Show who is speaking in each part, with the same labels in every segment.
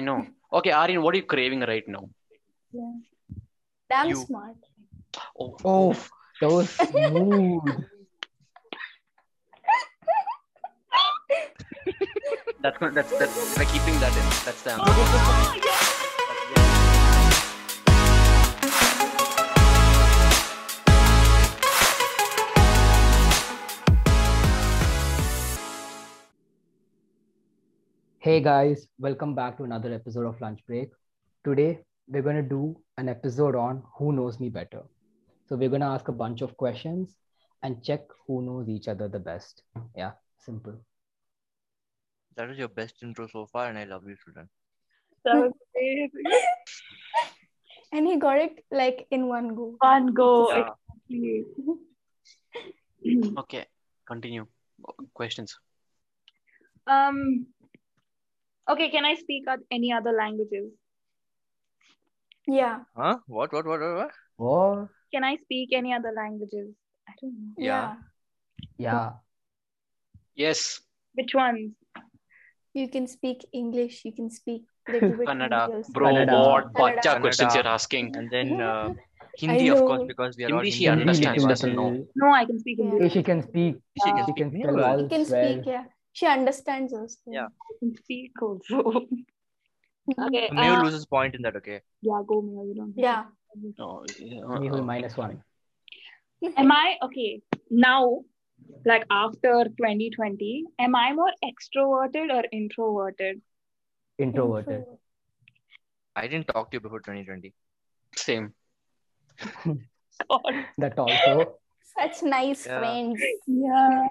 Speaker 1: know. Okay, Aryan, what are you craving right now?
Speaker 2: Yeah. Damn
Speaker 1: You-
Speaker 2: smart.
Speaker 1: Oh,
Speaker 3: Oh, that was smooth.
Speaker 1: that's gonna- that's that's we're keeping that in. That's the answer.
Speaker 2: Oh, yeah.
Speaker 3: hey guys, welcome back to another episode of Lunch Break. Today we're gonna do an episode on Who Knows Me Better. So we're gonna ask a bunch of questions and check who knows each other the best. Yeah, simple.
Speaker 4: That was your best intro so far, and I love you, Sudan.
Speaker 5: That was amazing.
Speaker 2: And he got it like in one go.
Speaker 5: One go.
Speaker 1: Yeah.
Speaker 5: Exactly.
Speaker 1: Okay, continue. Questions.
Speaker 5: um. Okay, can I speak oth- any other languages?
Speaker 2: Yeah.
Speaker 4: Huh? What? What? What? What? what?
Speaker 3: Or
Speaker 5: Can I speak any other languages? I don't know.
Speaker 4: Yeah.
Speaker 3: yeah,
Speaker 1: Yes,
Speaker 5: Which ones?
Speaker 2: You can speak English. You can speak little bit Hindi
Speaker 1: Kannada,
Speaker 2: also.
Speaker 1: bro.
Speaker 3: Kannada.
Speaker 1: What bacha
Speaker 4: Kannada.
Speaker 1: questions you're asking?
Speaker 4: And then uh,
Speaker 2: I
Speaker 4: Hindi, of course,
Speaker 2: know.
Speaker 4: because we are all
Speaker 1: Hindi she
Speaker 4: Hindi
Speaker 1: understands,
Speaker 4: speakers.
Speaker 1: doesn't know.
Speaker 5: No, I can speak
Speaker 2: Yeah.
Speaker 5: English.
Speaker 3: If she can speak.
Speaker 4: She
Speaker 2: Uh,
Speaker 4: can
Speaker 3: She
Speaker 4: speak
Speaker 3: can
Speaker 4: me
Speaker 3: spell
Speaker 4: well.
Speaker 3: all
Speaker 2: She can
Speaker 3: well.
Speaker 2: speak. Yeah. She understands also.
Speaker 4: Yeah.
Speaker 5: I can speak also. okay.
Speaker 4: So Mayo
Speaker 5: uh,
Speaker 4: loses point in that. Okay.
Speaker 5: yeah, go Mayo. You don't.
Speaker 2: Yeah.
Speaker 1: No. uh,
Speaker 3: Mihul minus one.
Speaker 5: Am I okay now? Like after 2020, am I more extroverted or introverted?
Speaker 3: Introverted.
Speaker 4: I didn't talk to you before 2020.
Speaker 1: Same.
Speaker 5: God.
Speaker 3: That also.
Speaker 2: Such nice
Speaker 4: Yeah.
Speaker 2: friends.
Speaker 5: Yeah.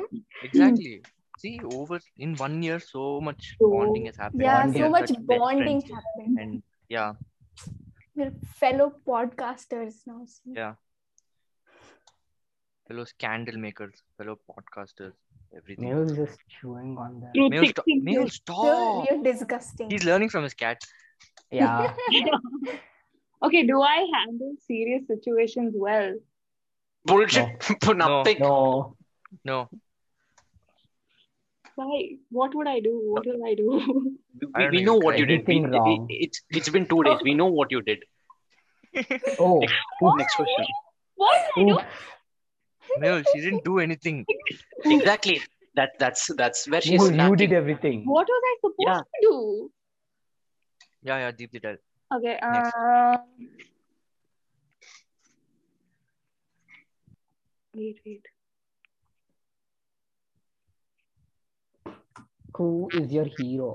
Speaker 4: Exactly. See, over in one year, so much
Speaker 5: So-
Speaker 4: bonding has happened.
Speaker 2: yeah,
Speaker 4: One
Speaker 2: so
Speaker 4: year,
Speaker 2: much
Speaker 4: such best
Speaker 2: bonding
Speaker 4: friends.
Speaker 2: happened.
Speaker 4: And yeah,
Speaker 2: We're fellow podcasters now. see.
Speaker 4: Yeah. fellow scandal makers, fellow podcasters, everything. Mayo,
Speaker 3: Mihul's just chewing on that.
Speaker 5: Truth
Speaker 4: Mayo, sto-
Speaker 5: seeking
Speaker 4: Mayo,
Speaker 2: You're,
Speaker 4: stop!
Speaker 2: you're disgusting.
Speaker 4: Oh. He's learning from his cat.
Speaker 3: Yeah.
Speaker 5: okay, do I handle serious situations well?
Speaker 1: Bullshit. Nothing.
Speaker 3: No.
Speaker 4: No,
Speaker 5: Why? What would I do? What will I do?
Speaker 1: We,
Speaker 4: I don't
Speaker 1: we
Speaker 4: think
Speaker 1: know
Speaker 4: it's
Speaker 1: what you did. We,
Speaker 3: anything wrong.
Speaker 1: we- it's it's been two days. We know what you did.
Speaker 3: Oh.
Speaker 1: Next question.
Speaker 5: what? I do?
Speaker 3: oops.
Speaker 4: Mayo, she didn't do anything.
Speaker 1: Exactly. That that's that's where she's
Speaker 3: Mihul, you
Speaker 1: lacking.
Speaker 3: did everything.
Speaker 5: What was I supposed
Speaker 1: Yeah.
Speaker 5: to do?
Speaker 4: Yeah, yeah, deeply tell.
Speaker 5: Okay.
Speaker 4: Next.
Speaker 5: Uh... Wait, wait.
Speaker 3: Who is your hero?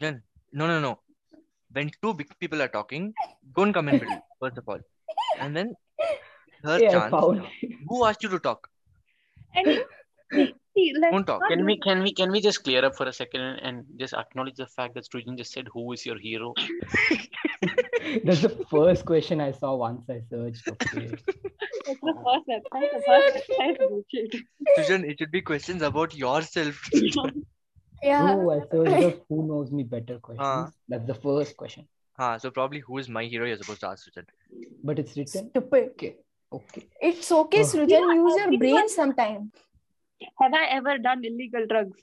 Speaker 4: No, no, no. When two big people are talking, don't come in middle, first of all. And then, third
Speaker 3: Yeah,
Speaker 4: chance,
Speaker 3: Paul.
Speaker 4: who asked you to talk?
Speaker 5: And see, see, let's
Speaker 4: Don't talk.
Speaker 5: not
Speaker 1: Can
Speaker 5: do-
Speaker 1: we can we can we just clear up for a second and, and just acknowledge the fact that Srujan just said who is your hero?
Speaker 3: That's the first question I saw once I searched. Okay.
Speaker 5: It's the first website. The first website. bullshit.
Speaker 4: Sujan, it should be questions about yourself.
Speaker 2: Yeah.
Speaker 3: Oh, I searched the who knows me better question.
Speaker 4: Uh.
Speaker 3: That's the first question.
Speaker 4: Ah, so probably who is my hero? You're supposed to ask Sujan.
Speaker 3: But it's written.
Speaker 2: Stupid.
Speaker 3: Okay. Okay.
Speaker 2: It's okay,
Speaker 3: Oh.
Speaker 2: Srujan.
Speaker 5: Yeah,
Speaker 2: Use
Speaker 5: I
Speaker 2: your
Speaker 5: think
Speaker 2: brain
Speaker 5: one-
Speaker 2: sometime.
Speaker 5: Have I ever done illegal drugs?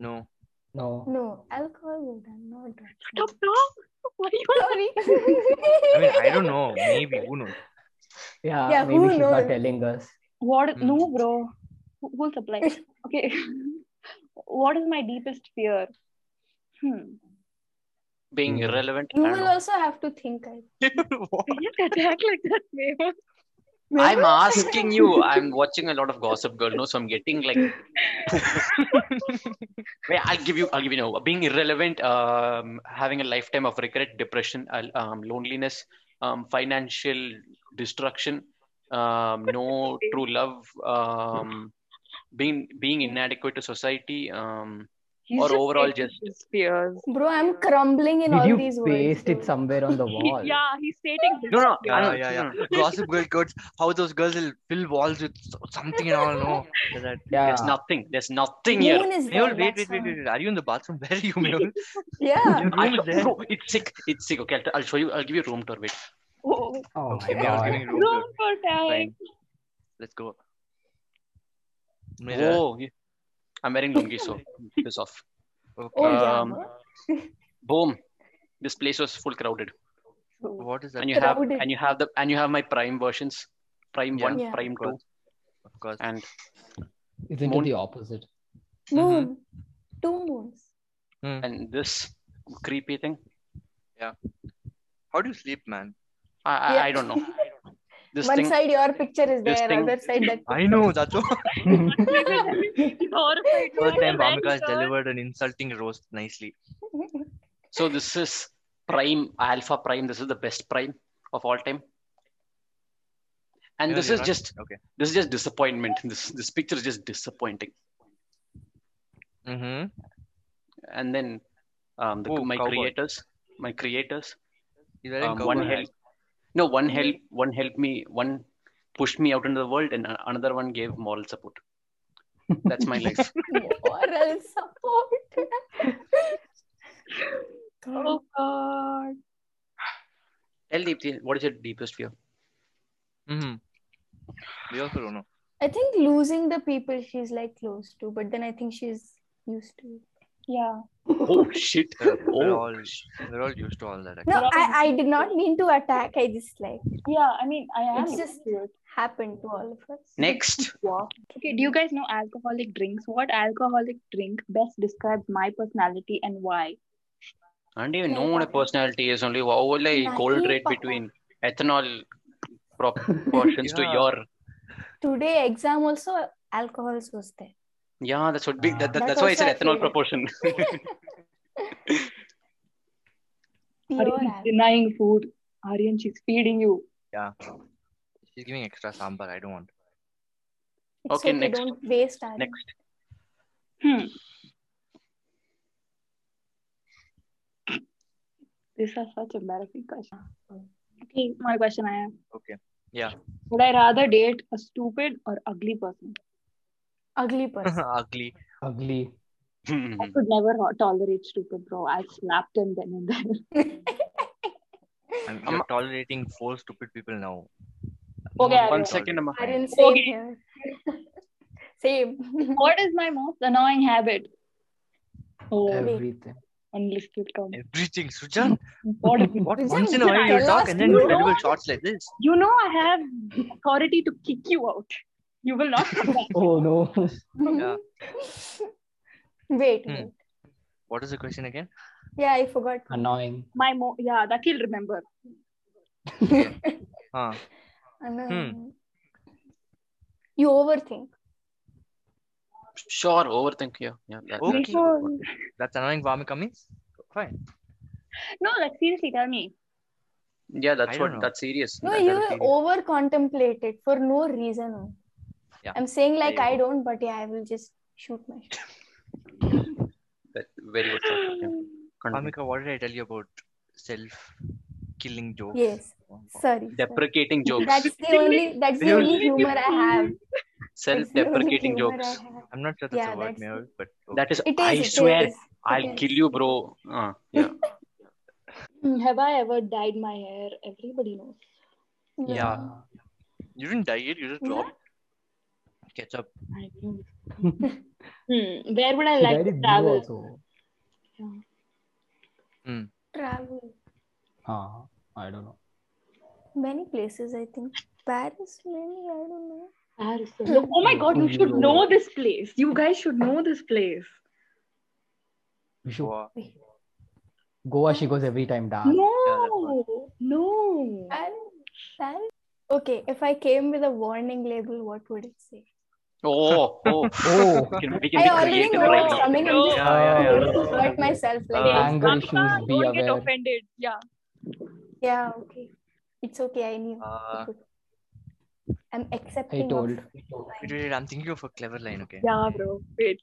Speaker 4: No.
Speaker 3: No.
Speaker 2: No, alcohol is done, not drugs.
Speaker 5: Stop, stop. Why are you
Speaker 2: Sorry.
Speaker 4: I mean, I don't know. Maybe who knows?
Speaker 3: Yeah.
Speaker 2: Yeah,
Speaker 3: maybe
Speaker 2: who
Speaker 3: she's
Speaker 2: knows?
Speaker 3: not telling us.
Speaker 5: What?
Speaker 4: Hmm.
Speaker 5: No, bro. Who- Who's apply? Okay. what is my deepest fear? Hmm.
Speaker 1: Being
Speaker 3: Hmm.
Speaker 1: irrelevant.
Speaker 2: You
Speaker 1: I don't
Speaker 2: will
Speaker 1: know.
Speaker 2: also have to think. I
Speaker 4: What?
Speaker 5: You just act like that, Mayo.
Speaker 1: I'm asking you. I'm watching a lot of Gossip Girl, no, so I'm getting like. Wait, I'll give you. I'll give you. No, being irrelevant, um, having a lifetime of regret, depression, al- um, loneliness, um, financial destruction, um, no true love, um, being being inadequate to society. Um,
Speaker 5: He's
Speaker 1: Or
Speaker 5: just
Speaker 1: overall
Speaker 5: facing
Speaker 1: just-
Speaker 5: his fears.
Speaker 2: Bro, I'm crumbling in
Speaker 3: Did
Speaker 2: all
Speaker 3: you
Speaker 2: these words.
Speaker 3: paste it
Speaker 2: bro.
Speaker 3: somewhere on the
Speaker 5: He-
Speaker 3: wall?
Speaker 5: yeah, he's stating his
Speaker 1: no, no,
Speaker 5: fears.
Speaker 1: I
Speaker 4: Yeah,
Speaker 1: don't, no,
Speaker 4: yeah, yeah.
Speaker 1: no.
Speaker 4: Gossip Girl quotes how those girls will fill walls with so- something and all. No. That.
Speaker 3: Yeah.
Speaker 1: There's nothing. There's nothing here.
Speaker 2: Moon is there,
Speaker 4: Mehul, wait,
Speaker 2: that's
Speaker 4: wait, wait,
Speaker 2: all.
Speaker 4: wait, wait. Are you in the bathroom? Where are you, Mehul?
Speaker 2: Yeah.
Speaker 4: Your room is there.
Speaker 1: Bro, it's sick. It's sick. Okay, I'll, I'll show you. I'll give you room tour. Wait.
Speaker 5: Oh,
Speaker 3: Oh
Speaker 4: Okay,
Speaker 3: my
Speaker 4: Mehul's
Speaker 3: god.
Speaker 4: giving room
Speaker 5: no,
Speaker 4: tour.
Speaker 5: for time.
Speaker 4: Fine. Let's go. Mehul,
Speaker 1: Oh, I'm wearing lungi, so this off.
Speaker 4: Okay.
Speaker 2: Oh, yeah.
Speaker 1: Um,
Speaker 2: no?
Speaker 1: Boom. This place was full crowded.
Speaker 4: What is that?
Speaker 1: And you have
Speaker 2: Crowded.
Speaker 1: and you have the and you have my prime versions. Prime
Speaker 4: Yeah.
Speaker 1: one,
Speaker 2: Yeah.
Speaker 1: prime two,
Speaker 4: Of course.
Speaker 1: and
Speaker 3: Isn't it
Speaker 1: Moon-
Speaker 3: the opposite?
Speaker 2: Moon. Two moons.
Speaker 4: Hmm.
Speaker 1: and this creepy thing.
Speaker 4: How do you sleep, man?
Speaker 1: I I,
Speaker 2: Yeah.
Speaker 1: I don't know. This
Speaker 2: One
Speaker 1: thing
Speaker 2: side your picture is
Speaker 1: this
Speaker 2: there,
Speaker 1: thing-
Speaker 2: other side that.
Speaker 4: I know that's all. First time
Speaker 5: horrified. Well
Speaker 4: Bamika has
Speaker 5: done.
Speaker 4: delivered an insulting roast nicely.
Speaker 1: So this is prime alpha prime. This is the best prime of all time. And
Speaker 4: Yeah,
Speaker 1: this
Speaker 4: you're
Speaker 1: is
Speaker 4: right.
Speaker 1: just
Speaker 4: Okay.
Speaker 1: this is just disappointment. This this picture is just disappointing.
Speaker 4: Mm-hmm.
Speaker 1: And then um, the,
Speaker 4: Oh,
Speaker 1: my
Speaker 4: cowboy.
Speaker 1: creators, my creators,
Speaker 4: He's wearing
Speaker 1: um,
Speaker 4: cowboy
Speaker 1: one
Speaker 4: hat.
Speaker 1: help. No, one help. One helped me. One pushed me out into the world, and a- another one gave moral support. That's my life.
Speaker 2: Moral support.
Speaker 5: Oh God.
Speaker 1: Tell Deepthi, what is your deepest fear?
Speaker 4: Mm-hmm. We also don't know.
Speaker 2: I think losing the people she's like close to, but then I think she's used to. it.
Speaker 5: Yeah.
Speaker 1: Oh shit!
Speaker 4: We're, we're
Speaker 1: Oh,
Speaker 4: all we're all used to all that. Actually.
Speaker 2: No, I, I did not mean to attack. I just like
Speaker 5: Yeah. I mean, I am.
Speaker 2: It's just- happened to all of us.
Speaker 1: next.
Speaker 5: Okay. Do you guys know alcoholic drinks? What alcoholic drink best describes my personality and why?
Speaker 1: I don't even know what a personality is. Only wow, like
Speaker 2: Nahi
Speaker 1: gold rate
Speaker 2: pata.
Speaker 1: between ethanol proportions to
Speaker 4: Yeah.
Speaker 1: your.
Speaker 2: Today exam also alcohols was there.
Speaker 1: Yeah, that's what big. That, that, that's
Speaker 2: That's
Speaker 1: why I
Speaker 2: also
Speaker 1: said
Speaker 2: a
Speaker 1: ethanol
Speaker 2: favorite.
Speaker 1: proportion.
Speaker 2: Pure
Speaker 5: Aryan
Speaker 2: alcohol.
Speaker 5: is denying food. Aryan, she's feeding you.
Speaker 4: She's giving extra sambar. I don't want.
Speaker 2: It's
Speaker 1: Okay, next.
Speaker 2: Don't waste our
Speaker 1: Next.
Speaker 5: Hmm. These are such embarrassing questions. Okay, my question I have.
Speaker 4: Okay. Yeah.
Speaker 5: Would I rather date a stupid or ugly person?
Speaker 2: ugly person.
Speaker 4: Ugly.
Speaker 3: Ugly.
Speaker 5: I
Speaker 1: Hmm.
Speaker 5: could never ho- tolerate stupid, bro. I slapped him then and there.
Speaker 4: I'm, you're tolerating four stupid people now.
Speaker 5: Okay,
Speaker 4: No,
Speaker 5: I
Speaker 1: One
Speaker 5: will.
Speaker 1: second, Amma.
Speaker 2: Aryan, same
Speaker 5: Okay.
Speaker 2: here. same.
Speaker 5: What is my most annoying habit? Oh,
Speaker 2: Every-
Speaker 3: Everything.
Speaker 5: only stupid comment.
Speaker 4: Everything, Sujan.
Speaker 5: What is
Speaker 4: What
Speaker 2: Sujan,
Speaker 4: once in a while
Speaker 2: you're
Speaker 4: you talk
Speaker 2: lost.
Speaker 4: and then
Speaker 5: You
Speaker 4: you deliver
Speaker 5: don't-
Speaker 4: shots like this.
Speaker 5: You know I have authority to kick you out. You will not come back.
Speaker 3: Oh no.
Speaker 4: Yeah.
Speaker 2: Wait,
Speaker 4: Hmm.
Speaker 2: wait.
Speaker 4: What is the question again?
Speaker 2: Yeah, I forgot.
Speaker 3: Annoying.
Speaker 5: My mo yeah, that he'll remember.
Speaker 4: Huh.
Speaker 2: Annoying. You overthink.
Speaker 1: Sure, overthink. Yeah, yeah. that-
Speaker 4: Okay.
Speaker 1: that's-
Speaker 5: Because-
Speaker 4: That's annoying. Vamika means. Fine.
Speaker 5: No, like seriously, tell me.
Speaker 1: Yeah, that's
Speaker 4: I
Speaker 1: what.
Speaker 4: don't know.
Speaker 1: That's serious.
Speaker 2: No,
Speaker 1: That-
Speaker 2: you
Speaker 1: that-
Speaker 2: over contemplate it for no reason.
Speaker 4: Yeah.
Speaker 2: I'm saying like
Speaker 4: There you
Speaker 2: I don't, but yeah, I will just shoot my shot.
Speaker 1: that very good. thought, yeah. Continue.
Speaker 4: Vamika, what did I tell you about self-killing jokes?
Speaker 2: Yes. Sorry. sorry.
Speaker 1: Deprecating jokes.
Speaker 2: That's the only that's the only humor I have. That's the only
Speaker 1: Self-deprecating
Speaker 2: humor I
Speaker 1: jokes.
Speaker 2: have.
Speaker 4: I'm not sure that's
Speaker 2: Yeah,
Speaker 4: a word,
Speaker 2: that's-
Speaker 4: Mehul, but okay.
Speaker 1: That is,
Speaker 2: It is.
Speaker 1: I
Speaker 2: it
Speaker 1: swear,
Speaker 2: is, it
Speaker 1: I'll
Speaker 2: is.
Speaker 1: kill you, bro. Uh, yeah.
Speaker 5: Mm, Have I ever dyed my hair? Everybody knows.
Speaker 1: Yeah.
Speaker 4: you didn't dye it. You just
Speaker 2: Yeah.
Speaker 4: dropped ketchup.
Speaker 5: I don't know. hmm, where would I
Speaker 3: She
Speaker 5: like
Speaker 3: dyed it
Speaker 5: to
Speaker 3: blue
Speaker 5: travel?
Speaker 3: also.
Speaker 2: Travel
Speaker 3: Huh. I don't know.
Speaker 2: many places. I think Paris, maybe I don't know.
Speaker 5: Paris. No, Oh my god, you should know this place. You guys should know this place.
Speaker 3: We should
Speaker 4: Goa.
Speaker 3: Goa. She goes every time. Dark.
Speaker 5: No, no.
Speaker 2: Paris. Paris. Okay, if I came with a warning label, what would it say?
Speaker 1: Oh, oh.
Speaker 3: Oh.
Speaker 1: We can, we can
Speaker 2: I
Speaker 1: be
Speaker 2: already
Speaker 1: creative
Speaker 2: know
Speaker 1: right
Speaker 2: what's
Speaker 1: now.
Speaker 2: coming. I'm just
Speaker 4: Yeah, yeah, yeah.
Speaker 2: going to hurt myself like
Speaker 4: Uh,
Speaker 2: that.
Speaker 3: anger issues, be
Speaker 5: don't get
Speaker 3: aware.
Speaker 5: offended. Yeah.
Speaker 2: Yeah, okay. It's okay, I knew.
Speaker 4: Uh,
Speaker 2: I'm accepting.
Speaker 3: I
Speaker 2: of-
Speaker 3: told.
Speaker 4: wait, wait, wait, I'm thinking of a clever line. Okay.
Speaker 5: Yeah, bro. Wait.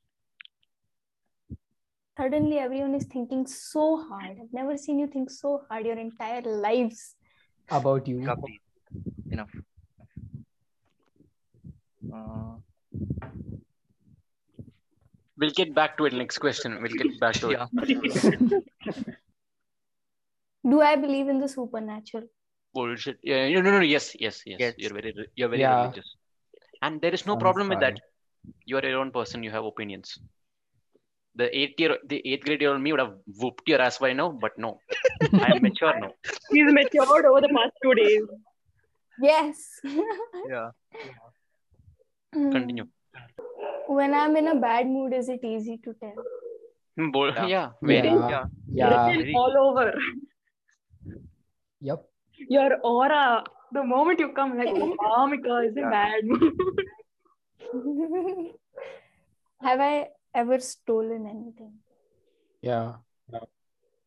Speaker 2: Suddenly, everyone is thinking so hard. I've never seen you think so hard your entire lives.
Speaker 3: About you.
Speaker 4: Copy. Enough. Uh,
Speaker 1: We'll get back to it. Next question. We'll get back to it.
Speaker 4: yeah.
Speaker 2: Do I believe in the supernatural?
Speaker 1: Bullshit. Yeah, no, no, no. Yes, yes, yes.
Speaker 4: Yes.
Speaker 1: You're very, re- you're very
Speaker 3: Yeah.
Speaker 1: religious. And there is no
Speaker 3: Sounds
Speaker 1: problem with
Speaker 3: fine.
Speaker 1: that. You are your own person. You have opinions. the eighth year, the eighth grade year old me would have whooped your ass by now, but no, I'm mature now.
Speaker 5: He's matured over the past two days.
Speaker 2: Yes.
Speaker 4: Yeah.
Speaker 1: Continue.
Speaker 2: Mm. When I'm in a bad mood, is it easy to tell?
Speaker 1: Hmm, bo-
Speaker 4: Yeah.
Speaker 1: yeah, very.
Speaker 3: Yeah.
Speaker 4: Yeah.
Speaker 3: Yeah.
Speaker 5: Written all over.
Speaker 3: Yep.
Speaker 5: Your aura. The moment you come, like, oh, Amika is in
Speaker 4: Yeah.
Speaker 5: bad mood.
Speaker 2: Have I ever stolen anything?
Speaker 3: Yeah.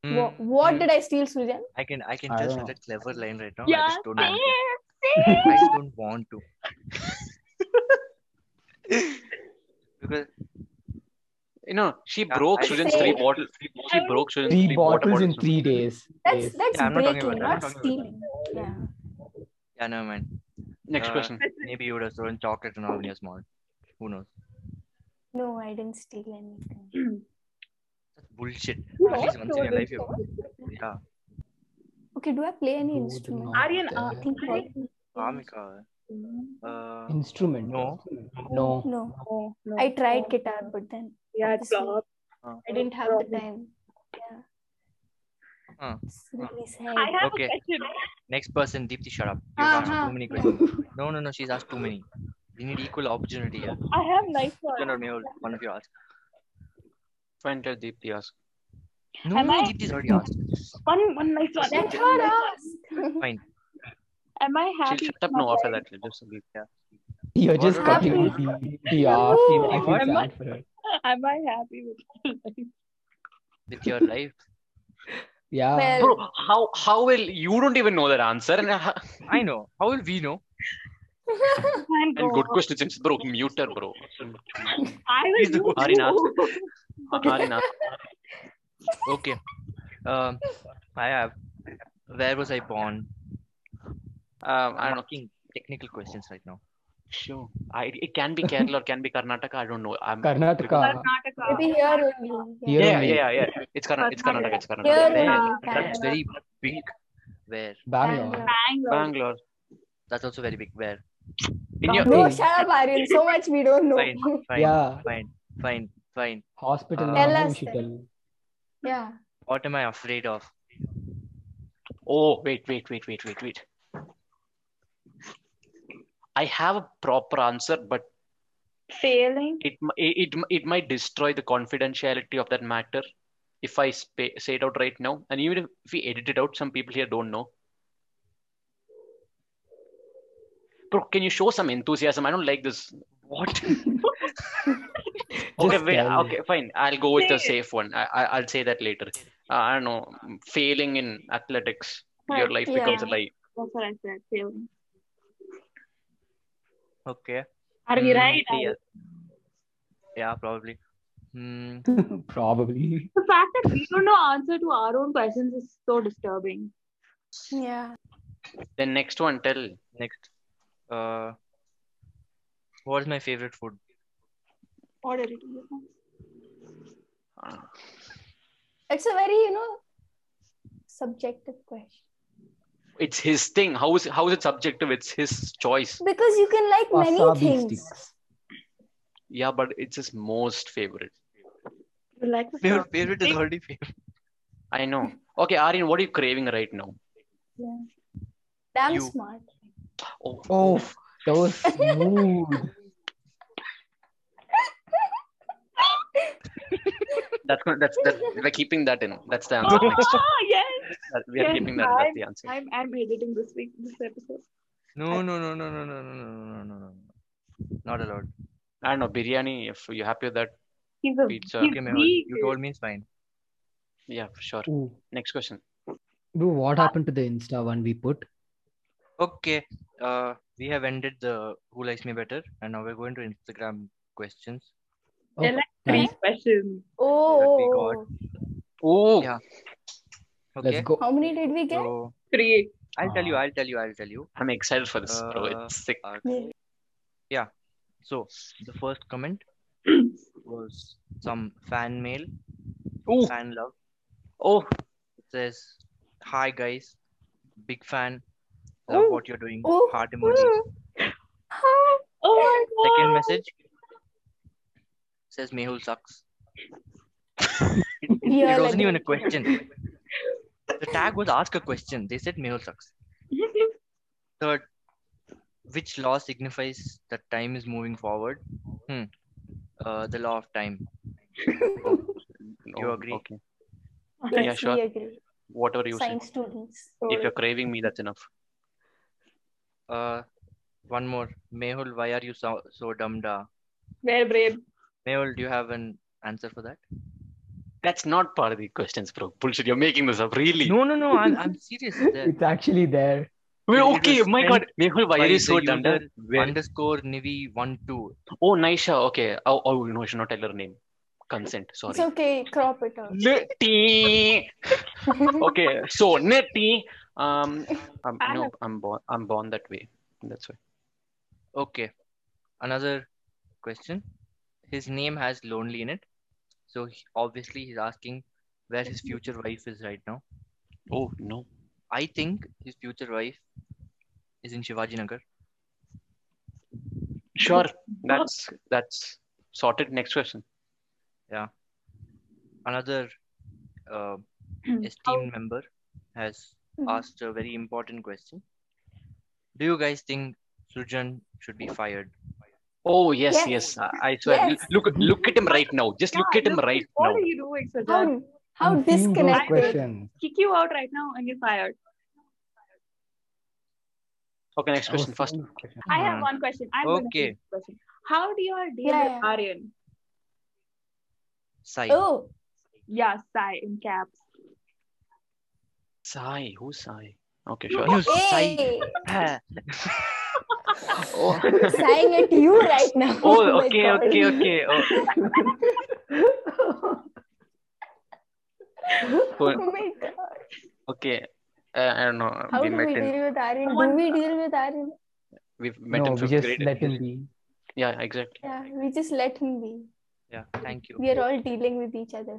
Speaker 4: Mm,
Speaker 2: Wha- what
Speaker 4: mm.
Speaker 2: did I steal, Sujan?
Speaker 4: I can I can
Speaker 3: I
Speaker 4: tell
Speaker 3: don't
Speaker 4: such
Speaker 3: know.
Speaker 4: a clever line right now. I
Speaker 5: Yeah,
Speaker 4: just don't
Speaker 5: same,
Speaker 4: want to. I just don't want to. because
Speaker 1: You know, she
Speaker 4: Yeah,
Speaker 1: broke
Speaker 4: I-
Speaker 1: Sujan's
Speaker 2: Say-
Speaker 1: three bottle. She
Speaker 5: I
Speaker 1: broke Sujan's
Speaker 3: Three
Speaker 1: water
Speaker 3: bottles in three days.
Speaker 2: That's
Speaker 3: Yes.
Speaker 2: that's
Speaker 4: Yeah, I'm not talking
Speaker 2: breaking,
Speaker 4: about
Speaker 2: not,
Speaker 4: that. I'm talking
Speaker 2: stealing. Yeah.
Speaker 4: yeah, never mind.
Speaker 1: Next
Speaker 4: Uh,
Speaker 1: question.
Speaker 4: Maybe you would have stolen chocolate and all when you're small. Who knows?
Speaker 2: No, I didn't steal anything.
Speaker 4: That's bullshit.
Speaker 5: You
Speaker 4: At
Speaker 5: all
Speaker 4: least once in
Speaker 5: stole
Speaker 4: your life
Speaker 5: this
Speaker 4: you yeah.
Speaker 2: Okay, do I play any
Speaker 3: Good
Speaker 2: instrument?
Speaker 3: night.
Speaker 5: Aryan,
Speaker 2: I think all-
Speaker 4: Amika. Uh,
Speaker 3: Instrument.
Speaker 4: No.
Speaker 3: No.
Speaker 2: no.
Speaker 5: No, no.
Speaker 2: I tried guitar, but then
Speaker 5: Yeah, it's
Speaker 2: obviously-
Speaker 5: flop.
Speaker 2: I didn't have the time. Yeah.
Speaker 4: Huh.
Speaker 2: It's
Speaker 4: Hmm.
Speaker 2: really sad.
Speaker 5: I have
Speaker 4: Okay.
Speaker 5: a question.
Speaker 4: next person, Deepthi, shut up. You've
Speaker 2: Uh-huh.
Speaker 4: asked too many questions. No, no, no, she's asked too many. We need equal opportunity here.
Speaker 5: I have nice one.
Speaker 4: Sujan or Mehul, one of you ask.
Speaker 1: Fine, tell Deepthi ask.
Speaker 4: No,
Speaker 5: Am
Speaker 4: no,
Speaker 5: I-
Speaker 4: Deepthi's already asked.
Speaker 5: One, one nice one.
Speaker 2: Let her ask.
Speaker 5: Am I
Speaker 1: She'll
Speaker 5: happy?
Speaker 1: shut up now after that. Just leave.
Speaker 3: You're just
Speaker 4: What
Speaker 3: cutting
Speaker 2: happened?
Speaker 3: the the off.
Speaker 2: No.
Speaker 3: I feel
Speaker 5: Am I-
Speaker 3: sad for her.
Speaker 5: Am I happy with my life?
Speaker 4: With your life.
Speaker 3: Yeah.
Speaker 2: Well,
Speaker 1: Bro, how how will you don't even know that answer? And, uh, how-
Speaker 4: I know. How will we know?
Speaker 5: Thank
Speaker 1: and good
Speaker 5: God.
Speaker 1: question since bro, mute her, bro.
Speaker 5: I will
Speaker 4: Please do.
Speaker 5: do.
Speaker 1: Aryan, Aryan, ask.
Speaker 4: Okay. Um, I have. Where was I born?
Speaker 1: um, I
Speaker 4: I'm
Speaker 1: don't know.
Speaker 4: asking technical questions right now.
Speaker 1: Sure. I, it can be Kerala or can be Karnataka. I don't know. I'm,
Speaker 3: Karnataka.
Speaker 5: Karnataka.
Speaker 2: Maybe here only. Yeah.
Speaker 3: Here
Speaker 1: yeah,
Speaker 3: only.
Speaker 1: yeah, yeah, yeah. It's Karnataka. It's Karnataka. It's
Speaker 2: Here
Speaker 1: Karnataka.
Speaker 4: Where?
Speaker 2: only.
Speaker 4: That's
Speaker 2: Bangalore.
Speaker 4: very big. Where?
Speaker 3: Bangalore.
Speaker 5: Bangalore.
Speaker 1: Bangalore.
Speaker 4: That's also very big. Where?
Speaker 1: In your,
Speaker 2: No, shut up, Aryan. So much we don't know.
Speaker 4: Fine, fine,
Speaker 3: Yeah.
Speaker 4: fine, fine, fine.
Speaker 3: Hospital.
Speaker 4: Uh,
Speaker 3: name,
Speaker 2: Tell
Speaker 3: you
Speaker 2: us
Speaker 3: should
Speaker 2: then.
Speaker 3: tell.
Speaker 2: yeah.
Speaker 4: What am I afraid of?
Speaker 1: oh, wait, wait, wait, wait, wait, wait. I have a proper answer, but
Speaker 5: Failing.
Speaker 1: it m- it it, m- it might destroy the confidentiality of that matter if I sp- say it out right now. And even if, if we edit it out, some people here don't know. Bro, can you show some enthusiasm? I don't like this. What? okay,
Speaker 3: Just
Speaker 1: wait.
Speaker 3: tell.
Speaker 1: Okay, fine. I'll go with the
Speaker 5: Say
Speaker 1: safe one. I, I I'll say that later. Uh, I don't know. Failing in athletics, your
Speaker 5: Right,
Speaker 1: life
Speaker 2: yeah.
Speaker 1: becomes a lie.
Speaker 5: That's what I said. Failing.
Speaker 4: Okay.
Speaker 5: Are we
Speaker 4: Hmm,
Speaker 5: right?
Speaker 4: see, yeah. Yeah, probably. Hmm.
Speaker 3: Probably.
Speaker 5: The fact that we don't know answer to our own questions is so disturbing.
Speaker 2: Yeah.
Speaker 1: Then next one, tell.
Speaker 4: Next. Uh, what is my favorite food?
Speaker 5: What are it? is.
Speaker 2: It's a very, you know, subjective question.
Speaker 1: It's his thing. How is how is it subjective? It's his choice.
Speaker 2: Because you can like many
Speaker 3: Wasabi
Speaker 2: things.
Speaker 3: sticks.
Speaker 1: Yeah, but it's his most favorite.
Speaker 5: You like the
Speaker 4: Favorite,
Speaker 5: stuff.
Speaker 4: favorite is already favorite.
Speaker 1: I know. Okay, Aryan, what are you craving right now?
Speaker 2: Damn
Speaker 4: You.
Speaker 2: smart.
Speaker 1: Oh,
Speaker 3: Oh, those smooth.
Speaker 1: that's gonna- that's that. We're keeping that in. That's the answer. Next.
Speaker 5: Oh, yes.
Speaker 1: That- We are
Speaker 5: Yes,
Speaker 1: keeping that. That's the answer.
Speaker 5: I'm, I'm editing this week, this episode.
Speaker 4: No, no, no, no, no, no, no, no, no, no, no, no. Not allowed.
Speaker 1: I don't know biryani. If you're happy with that,
Speaker 5: He's a
Speaker 1: Pizza.
Speaker 5: He's
Speaker 4: Okay, Mehul, you
Speaker 5: vegan.
Speaker 4: told me it's fine.
Speaker 1: yeah, for sure.
Speaker 3: Ooh.
Speaker 1: Next question.
Speaker 3: Bro, what happened to the Insta one we put?
Speaker 4: Okay. Uh, we have ended the Who Likes Me Better, and now we're going to Instagram questions.
Speaker 3: Oh,
Speaker 5: They're like three
Speaker 3: nice.
Speaker 5: questions.
Speaker 2: Oh,
Speaker 4: That we
Speaker 2: oh,
Speaker 4: got.
Speaker 2: oh.
Speaker 1: Oh,
Speaker 4: Yeah.
Speaker 3: Let's
Speaker 4: Okay.
Speaker 3: go.
Speaker 2: how many did we get?
Speaker 4: So
Speaker 5: Three.
Speaker 4: I'll tell you.
Speaker 3: Ah.
Speaker 4: I'll tell you. I'll tell you.
Speaker 1: I'm excited for this, bro.
Speaker 4: Uh,
Speaker 1: It's sick.
Speaker 4: Uh,
Speaker 2: Yeah.
Speaker 4: yeah. So the first comment was some fan mail,
Speaker 1: Oh,
Speaker 4: fan love.
Speaker 1: oh,
Speaker 4: It says, "Hi guys, big fan. Love
Speaker 2: Ooh.
Speaker 4: what you're doing.
Speaker 2: Ooh.
Speaker 4: Heart emojis."
Speaker 2: Huh?
Speaker 5: Oh my god.
Speaker 4: Second message says Mehul sucks.
Speaker 2: We
Speaker 4: it
Speaker 2: all
Speaker 4: wasn't even a
Speaker 2: agree.
Speaker 4: question. The tag was ask a question. They said Mehul sucks. Third, which law signifies that time is moving forward? Hmm. Uh, the law of time. You
Speaker 1: Oh,
Speaker 4: agree?
Speaker 1: Okay.
Speaker 2: Yes,
Speaker 1: Yeah, sure.
Speaker 2: we agree.
Speaker 1: Whatever you say.
Speaker 2: Science students.
Speaker 1: If you're craving me, that's enough.
Speaker 4: Uh, one more. Mehul, why are you so, so dumb? Da?
Speaker 5: Very brave.
Speaker 4: Mehul, do you have an answer for that?
Speaker 1: That's not part of the questions, bro. Bullshit. You're making this up. Really?
Speaker 4: No, no, no. I'm, I'm serious. The
Speaker 3: It's actually there.
Speaker 1: Well,
Speaker 4: It
Speaker 1: okay.
Speaker 4: was
Speaker 1: My
Speaker 4: sent
Speaker 1: God. Mehul, why
Speaker 4: by
Speaker 1: are you
Speaker 4: the
Speaker 1: so dumb?
Speaker 4: user
Speaker 1: Where-
Speaker 4: underscore Nivi one two.
Speaker 1: Oh, Naisha. Okay. Oh, oh, no, I should not tell her name. Consent. Sorry.
Speaker 2: It's okay, crop it out.
Speaker 1: Nitty. okay. So nitty. Um. um
Speaker 5: I
Speaker 1: no,
Speaker 5: have-
Speaker 1: I'm born. I'm born that way. That's why.
Speaker 4: Okay. Another question. His name has lonely in it. So he, obviously he's asking where his future wife is right now.
Speaker 1: Oh no.
Speaker 4: I think his future wife is in Shivaji Nagar.
Speaker 1: Sure. That's that's sorted. Next question.
Speaker 4: Another uh,
Speaker 2: Hmm. Oh.
Speaker 4: esteemed member has asked a very important question. Do you guys think Sujan should be fired?
Speaker 1: Oh yes, yes.
Speaker 2: Yes.
Speaker 1: I, I swear.
Speaker 2: Yes.
Speaker 1: Look, look at him right now. Just look at him right
Speaker 5: What
Speaker 1: now.
Speaker 5: are you doing, Sajjan?
Speaker 2: How how
Speaker 3: I'm seeing those
Speaker 2: disconnected?
Speaker 3: questions.
Speaker 5: Kick you out right now and you're fired.
Speaker 1: Okay, next
Speaker 3: I was
Speaker 1: question first.
Speaker 3: seeing those questions.
Speaker 5: I have
Speaker 1: Hmm.
Speaker 4: Mhm.
Speaker 5: one question. I'm gonna
Speaker 4: Okay.
Speaker 5: ask this question. How do you all deal
Speaker 2: Yeah,
Speaker 5: with
Speaker 2: yeah.
Speaker 5: Aryan?
Speaker 4: Sigh.
Speaker 2: Oh,
Speaker 5: Yeah, sigh in caps.
Speaker 1: Sai, who's Sai? Okay,
Speaker 4: You
Speaker 1: sure.
Speaker 2: hey,
Speaker 1: Oh,
Speaker 2: sighing at you right now.
Speaker 1: oh
Speaker 2: my
Speaker 1: okay,
Speaker 2: God.
Speaker 1: okay, okay. Oh,
Speaker 2: oh my God.
Speaker 1: okay. Uh, I don't know.
Speaker 2: How
Speaker 1: we
Speaker 2: do
Speaker 1: met
Speaker 2: we
Speaker 1: in
Speaker 2: deal with Aryan? Do
Speaker 5: Someone-
Speaker 2: we deal with Aryan?
Speaker 1: we've met
Speaker 3: No,
Speaker 1: in
Speaker 3: we
Speaker 1: fifth
Speaker 3: just
Speaker 1: grade.
Speaker 3: let him be.
Speaker 1: Yeah, exactly.
Speaker 2: Yeah, we just let him be.
Speaker 4: yeah, thank you.
Speaker 2: We are all dealing with each other.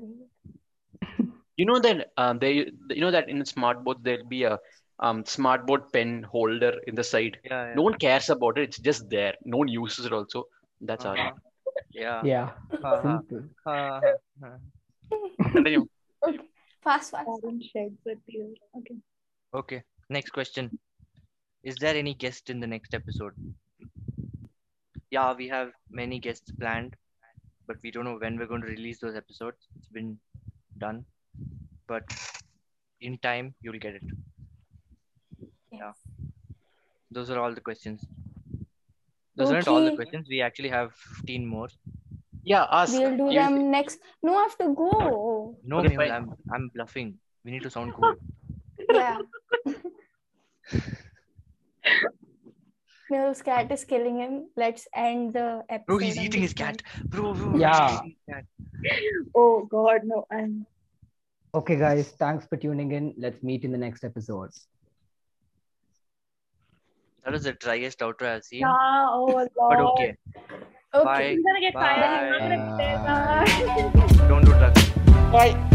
Speaker 1: You know that um, they you know that in smart board there'll be a um smart board pen holder in the side.
Speaker 4: Yeah, yeah.
Speaker 1: No one cares about it. It's just there. No one uses it also. That's all.
Speaker 4: Uh-huh. Yeah.
Speaker 3: Yeah.
Speaker 4: Uh-huh.
Speaker 3: Simple.
Speaker 4: Uh-huh.
Speaker 1: Hmm.
Speaker 4: Uh-huh.
Speaker 1: Continue.
Speaker 2: Fast, fast.
Speaker 5: Aryan sheds a tear. Okay.
Speaker 4: Okay, next question. Is there any guest in the next episode? Yeah, we have many guests planned, but we don't know when we're going to release those episodes. It's been done, but in time you'll get it. Yeah. Those are all the questions. Those aren't all the
Speaker 2: Okay.
Speaker 4: questions. We actually have 15 more.
Speaker 1: Yeah, ask.
Speaker 2: We'll do
Speaker 1: You-
Speaker 2: them next. No, I have to go.
Speaker 4: No,
Speaker 1: Okay,
Speaker 4: Mehul,
Speaker 1: fine.
Speaker 4: I'm I'm bluffing. We need to sound cool.
Speaker 2: Yeah. Neil's cat is killing him. Let's end the episode.
Speaker 4: Bro, he's
Speaker 2: on
Speaker 4: eating his
Speaker 2: this
Speaker 4: cat.
Speaker 2: note.
Speaker 4: Bro, bro, he's
Speaker 3: Yeah.
Speaker 4: eating his cat.
Speaker 5: Oh God, no! I'm
Speaker 3: Okay, guys, thanks for tuning in. Let's meet in the next episode.
Speaker 4: That was the driest outro I've seen.
Speaker 5: yeah. Oh Lord.
Speaker 4: But okay,
Speaker 2: Okay.
Speaker 4: bye.
Speaker 5: I'm gonna get fired. I'm not gonna be there.
Speaker 3: Bye.
Speaker 5: Bye.
Speaker 4: Don't do drugs.
Speaker 1: Bye.